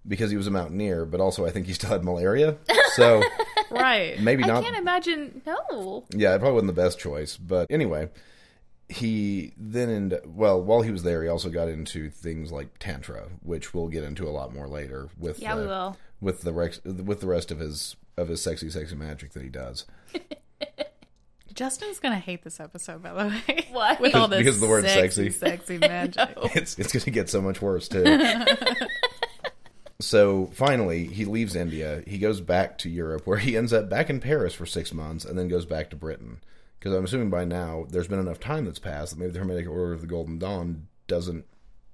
because he was a mountaineer, but also I think he still had malaria. So
Right.
maybe
I
not.
can't imagine. No,
Yeah, it probably wasn't the best choice. But anyway, he then, end- well, while he was there, he also got into things like Tantra, which we'll get into a lot more later with,
Yeah,
uh,
we will.
With, the rex- with the rest of his, of his sexy, sexy magic that he does.
Justin's gonna hate this episode, by the way.
What?
With all
Because-
this
because of the word
sexy,
sexy.
sexy magic.
it's it's going to get so much worse too. so finally, he leaves India. He goes back to Europe, where he ends up back in Paris for six months, and then goes back to Britain. Because I'm assuming by now there's been enough time that's passed that maybe the Hermetic Order of the Golden Dawn doesn't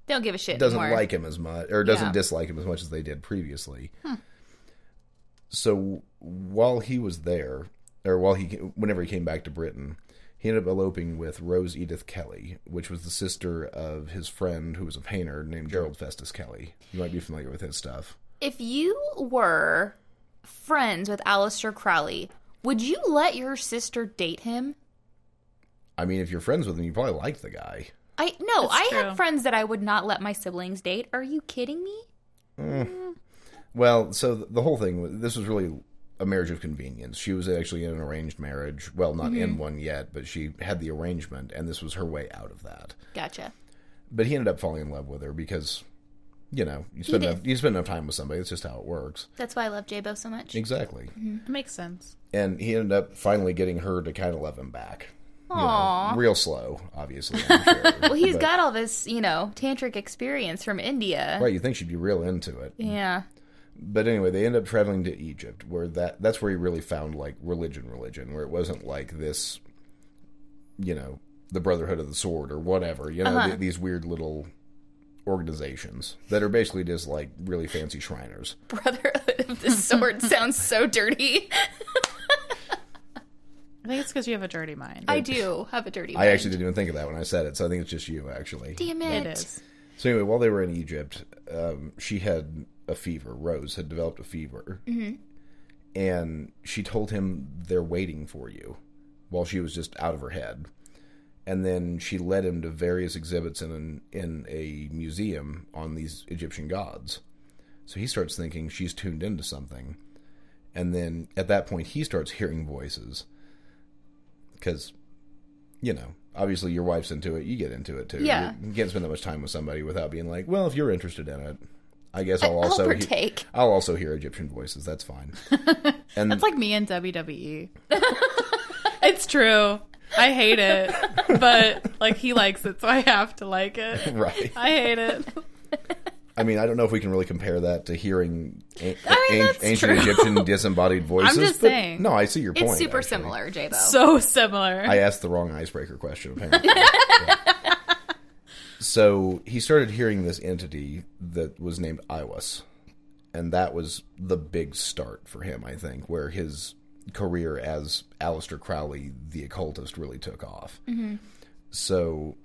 they don't give a shit.
doesn't
anymore.
like him as much or doesn't
Yeah.
dislike him as much as they did previously. So while he was there, or while he whenever he came back to Britain, he ended up eloping with Rose Edith Kelly, which was the sister of his friend who was a painter named Gerald Festus Kelly. You might be familiar with his stuff.
If you were friends with Aleister Crowley, would you let your sister date him?
I mean, if you're friends with him, you probably like the guy.
I no,
That's
I
true.
have friends that I would not let my siblings date. Are you kidding me?
Well, so th- the whole thing was- this was really a marriage of convenience. She was actually in an arranged marriage. Well, not in one yet, but she had the arrangement, and this was her way out of that.
Gotcha.
but he ended up falling in love with her because you know you spend
did.
enough, you spend enough time with somebody it's just how it works
That's why I love Jabo so much.
exactly
Makes sense.
and he ended up finally getting her to kind of love him back You know,
Aw.
real slow obviously I'm sure.
Well, he's
But-
got all this, you know, tantric experience from India.
right you think she'd be real into it
Yeah.
but anyway they end up traveling to egypt where that that's where he really found like religion religion where it wasn't like this you know, the Brotherhood of the Sword or whatever, you
Uh-huh.
know, th- these weird little organizations that are basically just like really fancy Shriners.
Brotherhood of the Sword sounds so dirty.
I think it's because you have a dirty mind.
I do have a dirty.
I
mind.
actually didn't even think of that when I said it, so I think it's just you actually.
Damn
it
it!
is.
So anyway, while they were in Egypt, um, she had a fever. Rose had developed a fever, and she told him they're waiting for you, while she was just out of her head. And then she led him to various exhibits in an, in a museum on these Egyptian gods. So he starts thinking she's tuned into something, and then at that point he starts hearing voices, because, you know. Obviously, your wife's into it. You get into it too.
Yeah.
You can't spend that much time with somebody without being like, "Well, if you're interested in it, I guess I'll
I'll
also he-
partake.
I'll also hear Egyptian voices. That's fine. And
It's like me and WWE. it's true. I hate it, but like he likes it, so I have to like it.
right.
I hate it.
I mean, I don't know if we can really compare that to hearing a-
mean,
an-
that's
ancient
true.
Egyptian disembodied voices.
just
but-
saying.
No, I see your point.
It's super
actually.
similar, Jabo.
So similar.
I asked the wrong icebreaker question, apparently. Yeah. So he started hearing this entity that was named Iwas. And that was the big start for him, I think, where his career as Aleister Crowley, the occultist, really took off. So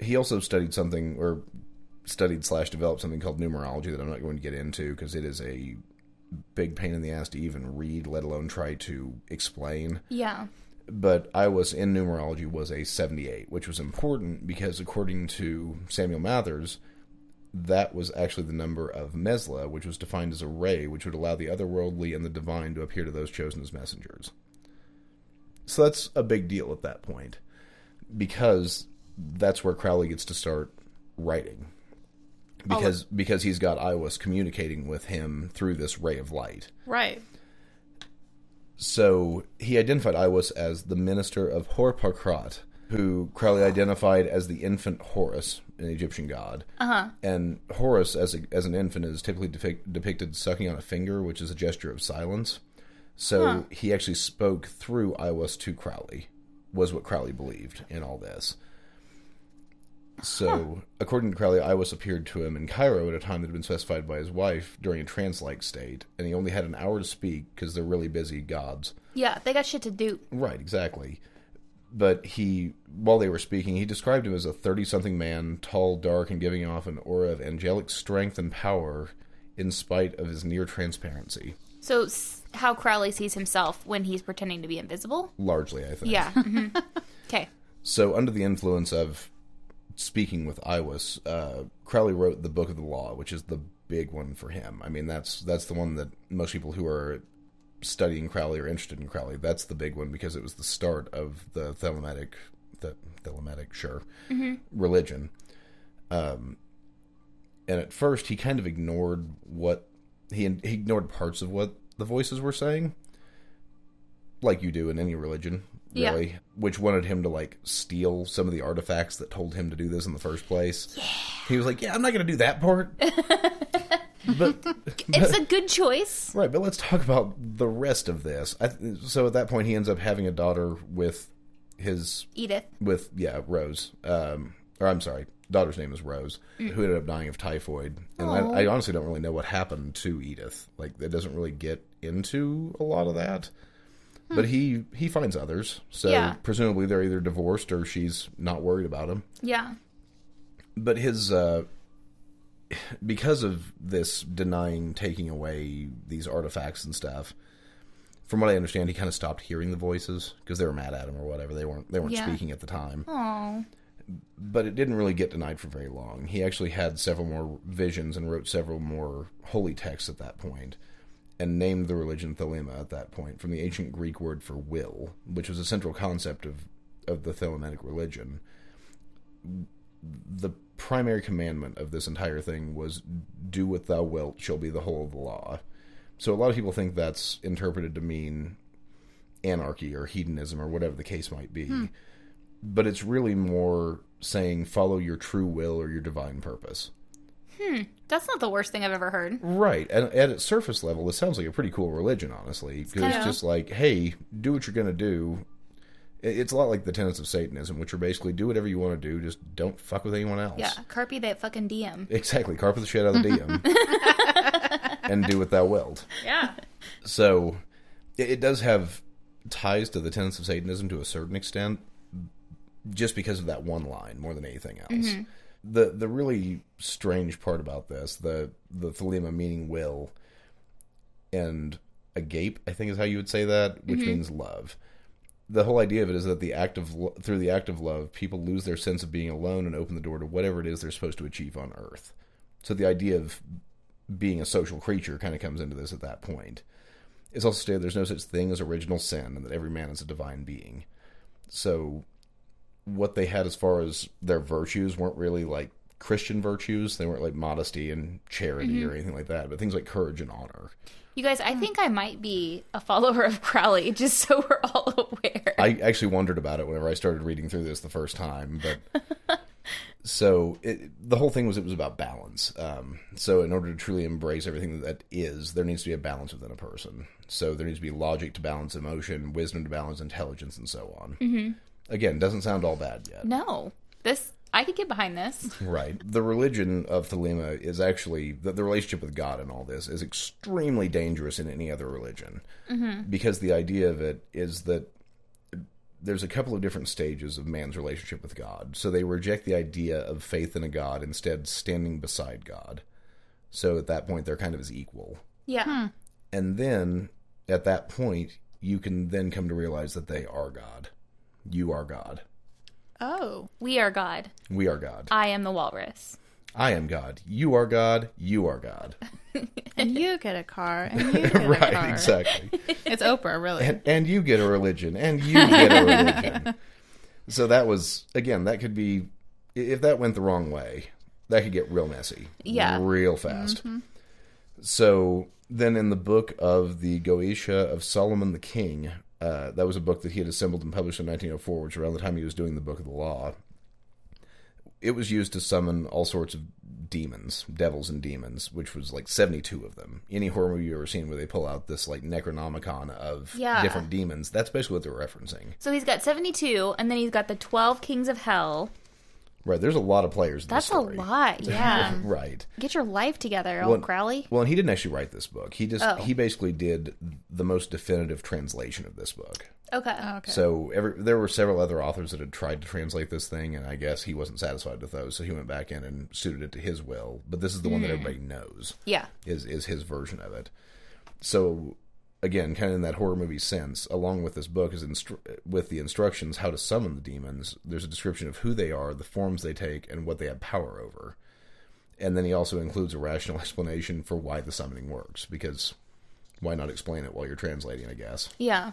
he also studied something, or studied slash developed something called numerology that I'm not going to get into because it is a big pain in the ass to even read, let alone try to explain
yeah.
but I was in numerology was a 78, which was important because according to Samuel Mathers, that was actually the number of Mesla, which was defined as a ray, which would allow the otherworldly and the divine to appear to those chosen as messengers. So that's a big deal at that point because that's where Crowley gets to start writing. Because because he's got Iwas communicating with him through this ray of light.
right.
So he identified Iwas as the minister of Horpakrat, who Crowley identified as the infant Horus, an Egyptian god. Uh-huh. And Horus, as, a, as an infant, is typically depic- depicted sucking on a finger, which is a gesture of silence. So he actually spoke through Iwas to Crowley, was what Crowley believed in all this. So, according to Crowley, Iwas appeared to him in Cairo at a time that had been specified by his wife during a trance like state, and he only had an hour to speak because they're really busy gods.
Yeah, they got shit to do.
Right, exactly. But he, while they were speaking, he described him as a 30 something man, tall, dark, and giving off an aura of angelic strength and power in spite of his near transparency.
So s- how Crowley sees himself when he's pretending to be invisible?
Largely, I think.
Yeah. hmm Okay.
So, under the influence of speaking with Iwas, uh, Crowley wrote the Book of the Law, which is the big one for him. I mean, that's that's the one that most people who are studying Crowley or interested in Crowley. That's the big one because it was the start of the Thelematic, the Thelematic, sure, religion. Um, and at first, he kind of ignored what he, he ignored parts of what the voices were saying, like you do in any religion,
Yeah.
really. Which wanted him to like steal some of the artifacts that told him to do this in the first place. He was like, "Yeah, I'm not going to do that part." but
It's a good choice.
Right, but let's talk about the rest of this. I, th- so at that point, he ends up having a daughter with his
Edith.
with yeah Rose. Um, or I'm sorry, daughter's name is Rose, who ended up dying of typhoid. And I, I honestly don't really know what happened to Edith. Like that doesn't really get into a lot of that. But he he finds others, so
Yeah.
presumably they're either divorced or she's not worried about him
Yeah.
but his uh because of this denying taking away these artifacts and stuff from what i understand he kind of stopped hearing the voices because they were mad at him or whatever they weren't they weren't
Yeah.
speaking at the time
Oh.
but it didn't really get denied for very long he actually had several more visions and wrote several more holy texts at that point and named the religion thelema at that point from the ancient greek word for will which was a central concept of of the thelematic religion the primary commandment of this entire thing was do what thou wilt shall be the whole of the law so a lot of people think that's interpreted to mean anarchy or hedonism or whatever the case might be but it's really more saying follow your true will or your divine purpose
That's not the worst thing I've ever heard.
right and at its surface level this sounds like a pretty cool religion honestly because it's
kinda-
just like hey do what you're going to do it- it's a lot like the tenets of Satanism, which are basically do whatever you want to do, just don't fuck with anyone else.
Yeah, carpe that fucking DM.
Exactly. Carpet the shit out of the DM and do what thou wilt.
Yeah.
So it, it does have ties to the tenets of Satanism to a certain extent, just because of that one line more than anything else. The the really strange part about this, the the thelema meaning will and agape, I think is how you would say that, which means love. The whole idea of it is that the act of lo- through the act of love, people lose their sense of being alone and open the door to whatever it is they're supposed to achieve on Earth. So the idea of being a social creature kind of comes into this at that point. It's also stated there's no such thing as original sin and that every man is a divine being. So what they had as far as their virtues weren't really like Christian virtues. They weren't like modesty and charity or anything like that, but things like courage and honor.
You guys, I think I might be a follower of Crowley, just so we're all aware.
I actually wondered about it whenever I started reading through this the first time, but so it, the whole thing was it was about balance. Um, so in order to truly embrace everything that is, there needs to be a balance within a person. So there needs to be logic to balance emotion, wisdom to balance intelligence, and so on. Mm-hmm. Again, doesn't sound all bad yet,
no, this I could get behind this.
right? The religion of Thelema is actually the, the relationship with God in all this is extremely dangerous in any other religion because the idea of it is that there's a couple of different stages of man's relationship with God. So they reject the idea of faith in a God, instead standing beside God. So at that point, they're kind of his equal.
Yeah,
And then at that point, you can then come to realize that they are God. You are God.
Oh.
we are God.
We are God.
I am the walrus.
I am God. You are God. You are God.
And you get a car. And you get a car.
right, exactly.
It's Oprah, really.
and, and you get a religion, and you get a religion. so that was again, that could be i- if that went the wrong way, that could get real messy,
Yeah.
real fast. So then, in the book of the Goetia of Solomon the King, uh, that was a book that he had assembled and published in 1904, which around the time he was doing the Book of the Law. It was used to summon all sorts of demons, devils and demons, which was like 72 of them. Any horror movie you've ever seen where they pull out this like Necronomicon of
Yeah.
different demons, that's basically what they're referencing.
So he's got seventy-two, and then he's got the twelve kings of hell.
Right, there's a lot of players in this
That's a
story.
lot. Yeah,
Right.
get your life together,
Well,
old Crowley.
Well, and he didn't actually write this book. He just
Oh.
he basically did the most definitive translation of this book.
Okay.
Okay.
So every, there were several other authors that had tried to translate this thing, and I guess he wasn't satisfied with those, so he went back in and suited it to his will. But this is the one
Hmm.
that everybody knows
Yeah.
is is his version of it. So again, kind of in that horror movie sense, along with this book is instru- with the instructions how to summon the demons. There's a description of who they are, the forms they take, and what they have power over. And then he also includes a rational explanation for why the summoning works, because why not explain it while you're translating? I guess
Yeah.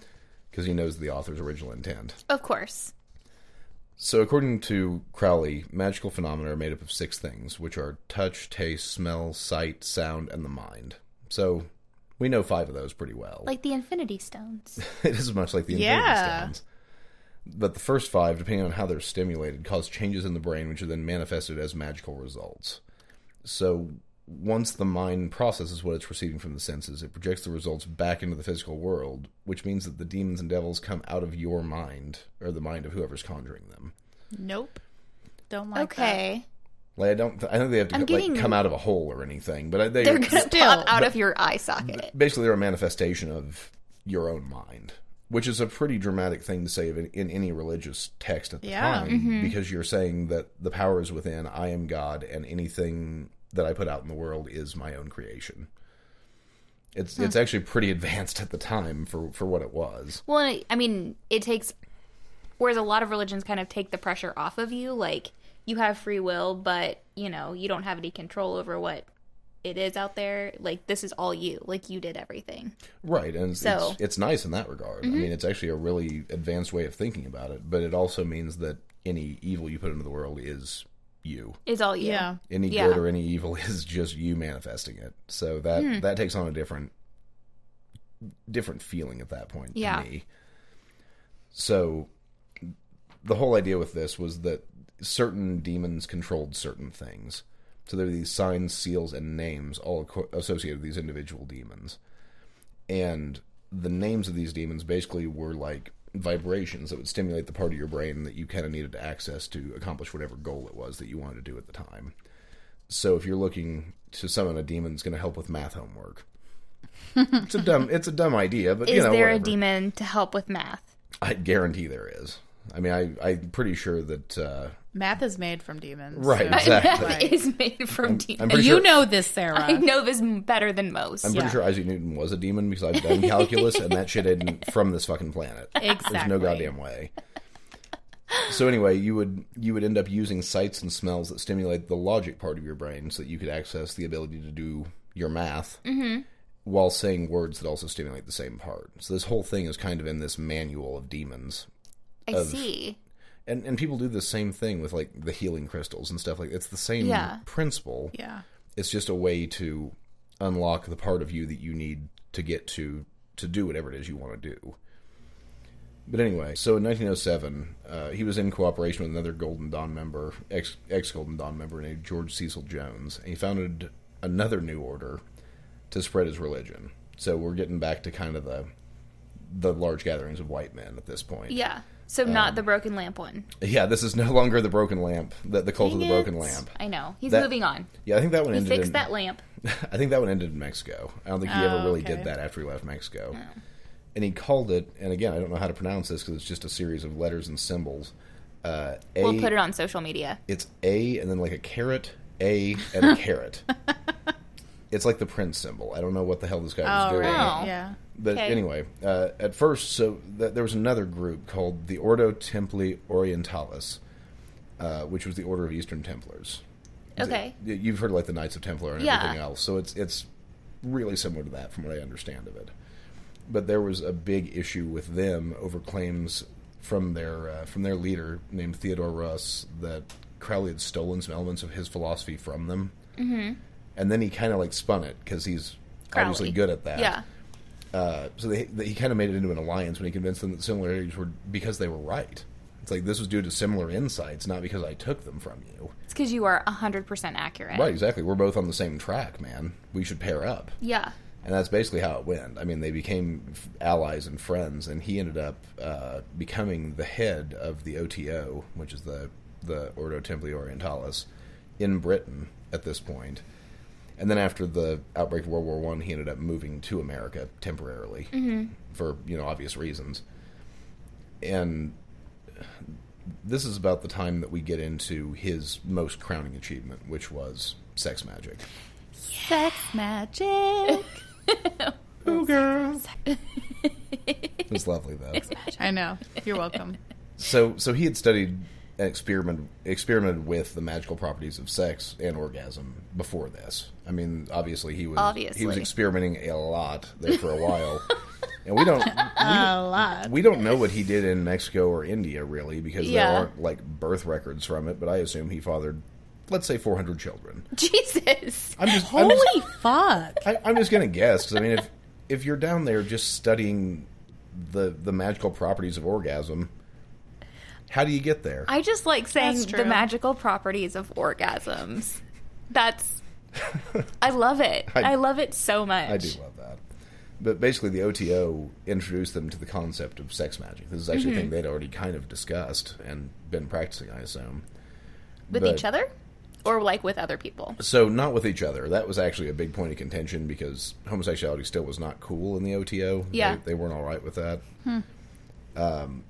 because he knows the author's original intent.
Of course.
So, according to Crowley, magical phenomena are made up of six things, which are touch, taste, smell, sight, sound, and the mind. So, we know five of those pretty well.
Like the Infinity Stones.
it is much like the Infinity
Yeah.
Stones. But the first five, depending on how they're stimulated, cause changes in the brain, which are then manifested as magical results. So, once the mind processes what it's receiving from the senses, it projects the results back into the physical world, which means that the demons and devils come out of your mind, or the mind of whoever's conjuring them.
Nope. Don't like
Okay.
Like I don't, I think they have to
I'm
like
getting-
come out of a hole or anything. But I- they
They're going to
Still,
pop out of your eye socket.
basically they're a manifestation of your own mind, which is a pretty dramatic thing to say in, in any religious text at the
Yeah.
time,
mm-hmm.
because you're saying that the power is within. I am God, and anything that I put out in the world is my own creation. It's it's actually pretty advanced at the time for for what it was.
Well, I mean, it takes. Whereas a lot of religions kind of take the pressure off of you, like you have free will, but you know you don't have any control over what it is out there. Like this is all you. Like you did everything.
Right, and it's,
So- Mm-hmm.
it's it's nice in that regard. I mean, it's actually a really advanced way of thinking about it, but it also means that any evil you put into the world is you.
It's all
that.
you.
Yeah.
Any
Yeah.
good or any evil is just you manifesting it. So that
Hmm.
that takes on a different different feeling at that point
Yeah.
to me. So the whole idea with this was that certain demons controlled certain things. So there are these signs, seals, and names all aco- associated with these individual demons. And the names of these demons basically were like vibrations that would stimulate the part of your brain that you kind of needed to access to accomplish whatever goal it was that you wanted to do at the time. So if you're looking to summon a demon that's going to help with math homework, it's a dumb it's a dumb idea, but
Is
you know
there
whatever.
a demon to help with math?
I guarantee there is. I mean, I I'm pretty sure that uh,
Math is made from demons.
Right,
so-
exactly.
Right.
It is made from
I'm
demons.
pretty
You
sure,
know this, Sarah.
I know this better than most.
I'm pretty
yeah.
sure Isaac Newton was a demon because I've done calculus and that shit isn't from this fucking planet.
Exactly.
There's no goddamn way. So anyway, you would you would end up using sights and smells that stimulate the logic part of your brain, so that you could access the ability to do your math while saying words that also stimulate the same part. So this whole thing is kind of in this manual of demons,
I
of-
see.
and and people do the same thing with like the healing crystals and stuff like it's the same
Yeah.
principle.
Yeah.
It's just a way to unlock the part of you that you need to get to to do whatever it is you want to do. But anyway, so in 1907, uh, he was in cooperation with another Golden Dawn member, ex ex Golden Dawn member named George Cecil Jones, and he founded another new order to spread his religion. So we're getting back to kind of the the large gatherings of white men at this point.
Yeah. So not the broken lamp one.
Yeah, this is no longer the broken lamp, the, the cult of the
Dang
broken
it.
lamp.
I know. He's
That-
moving on.
Yeah, I think that one
He
ended.
fixed
in,
that lamp.
I think that one ended in Mexico. I don't think he ever
Oh,
really
okay.
did that after he left Mexico.
Oh.
And he called it, and again, I don't know how to pronounce this because it's just a series of letters and symbols. Uh, a,
We'll put it on social media.
It's A, and then like a carrot, A, and a carrot. It's like the Prince symbol. I don't know what the hell this guy was
Oh,
doing.
Wow.
right. Yeah.
But
Okay.
anyway, uh, at first, so th- there was another group called the Ordo Templi Orientalis, uh, which was the Order of Eastern Templars.
Okay.
Y- You've heard like the Knights of Templar and
Yeah.
everything else, so it's it's really similar to that from what I understand of it. But there was a big issue with them over claims from their uh, from their leader named Theodore Russ that Crowley had stolen some elements of his philosophy from them, mm-hmm. and then he kind of like spun it because he's obviously
Crowley.
good at that.
Yeah.
Uh, so they, they, he kind of made it into an alliance when he convinced them that similarities were because they were right. It's like this was due to similar insights, not because I took them from you.
It's because you are 100% accurate.
Right, exactly. We're both on the same track, man. We should pair up.
Yeah.
And that's basically how it went. I mean, they became f- allies and friends, and he ended up uh, becoming the head of the OTO, which is the, the Ordo Templi Orientalis, in Britain at this point. And then after the outbreak of World War One, he ended up moving to America temporarily for you know obvious reasons. And this is about the time that we get into his most crowning achievement, which was sex magic.
Sex magic.
Oh, girl. it was lovely though.
I know. You're welcome.
So, so he had studied and experimented experimented with the magical properties of sex and orgasm before this. I mean, obviously he was he was
Obviously.
experimenting a lot there for a while, and we don't
Uh,
A lot.
we don't know what he did in Mexico or India really because
Yeah.
there aren't like birth records from it. But I assume he fathered, let's say, four hundred children.
Jesus.
I'm just I'm
Holy
just-
fuck.
I, I'm just gonna guess 'cause, I mean, if if you're down there just studying the the magical properties of orgasm, how do you get there?
I just like saying
That's
the
true.
magical properties of orgasms. That's. I love it.
I-
I, love it so much.
I do love that. But basically, the OTO introduced them to the concept of sex magic. This is
Mm-hmm.
actually a thing they'd already kind of discussed and been practicing, I assume.
With
but-
each other? Or like with other people?
So, not with each other. That was actually a big point of contention because homosexuality still was not cool in the OTO.
Yeah. Hmm.
They, they weren't all right with that. Um,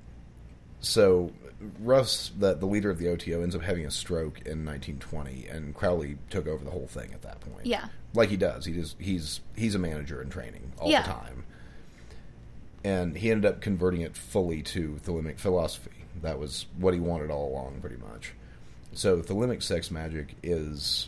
so, Russ, the, the leader of the OTO, ends up having a stroke in 1920, and Crowley took over the whole thing at that point.
Yeah.
Like he does. He just, he's, he's a manager in training all
Yeah.
the time. And he ended up converting it fully to Thelemic philosophy. That was what he wanted all along, pretty much. So, Thelemic sex magic is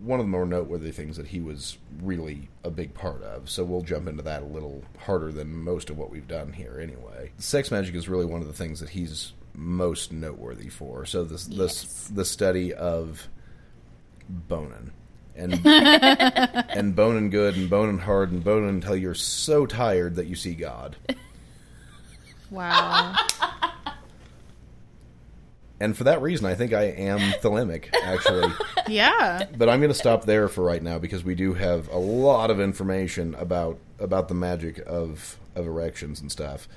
one of the more noteworthy things that he was really a big part of. So we'll jump into that a little harder than most of what we've done here anyway. Sex magic is really one of the things that he's most noteworthy for. So this this
Yes.
the study of bonin and and bonin good and bonin hard and bonin until you're so tired that you see God.
Wow.
And for that reason, I think I am thelemic actually.
Yeah.
but I'm going to stop there for right now because we do have a lot of information about about the magic of of erections and stuff.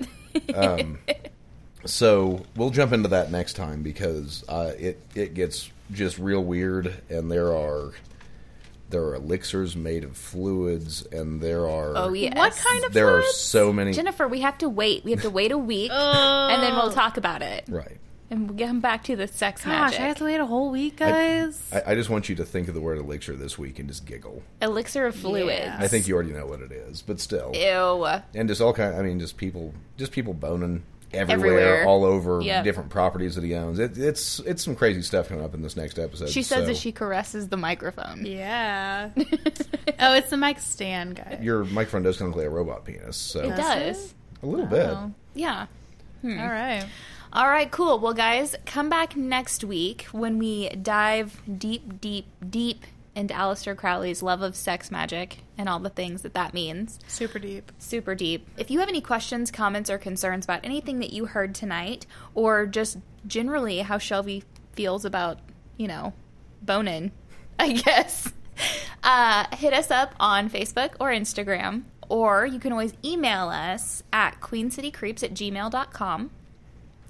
Um, so we'll jump into that next time because uh, it it gets just real weird, and there are there are elixirs made of fluids, and there are
Oh yes.
What kind of
there are
fluids?
so many
Jennifer, we have to wait. We have to wait a week, and then we'll talk about it,
right.
and we'll come back to the sex
Gosh,
magic.
I have to wait a whole week,
I-
guys.
I, I just want you to think of the word elixir this week and just giggle.
Elixir of fluids.
Yeah.
I think you already know what it is, but still.
Ew.
and just all kind. I mean, just people, just people boning everywhere,
Everywhere.
all over
Yep.
different properties that he owns. It, it's it's some crazy stuff coming up in this next episode.
She says
so
that she caresses the microphone.
yeah. oh, it's the mic stand guy.
Your microphone does kind of play a robot penis, so
It does.
a little
Oh.
Yeah.
All right.
All right, cool. Well, guys, come back next week when we dive deep, deep, deep into Aleister Crowley's love of sex magic and all the things that that means.
Super deep.
Super deep. If you have any questions, comments, or concerns about anything that you heard tonight, or just generally how Shelby feels about, you know, boning, I guess, uh, hit us up on Facebook or Instagram, or you can always email us at queencitycreeps at gmail.com.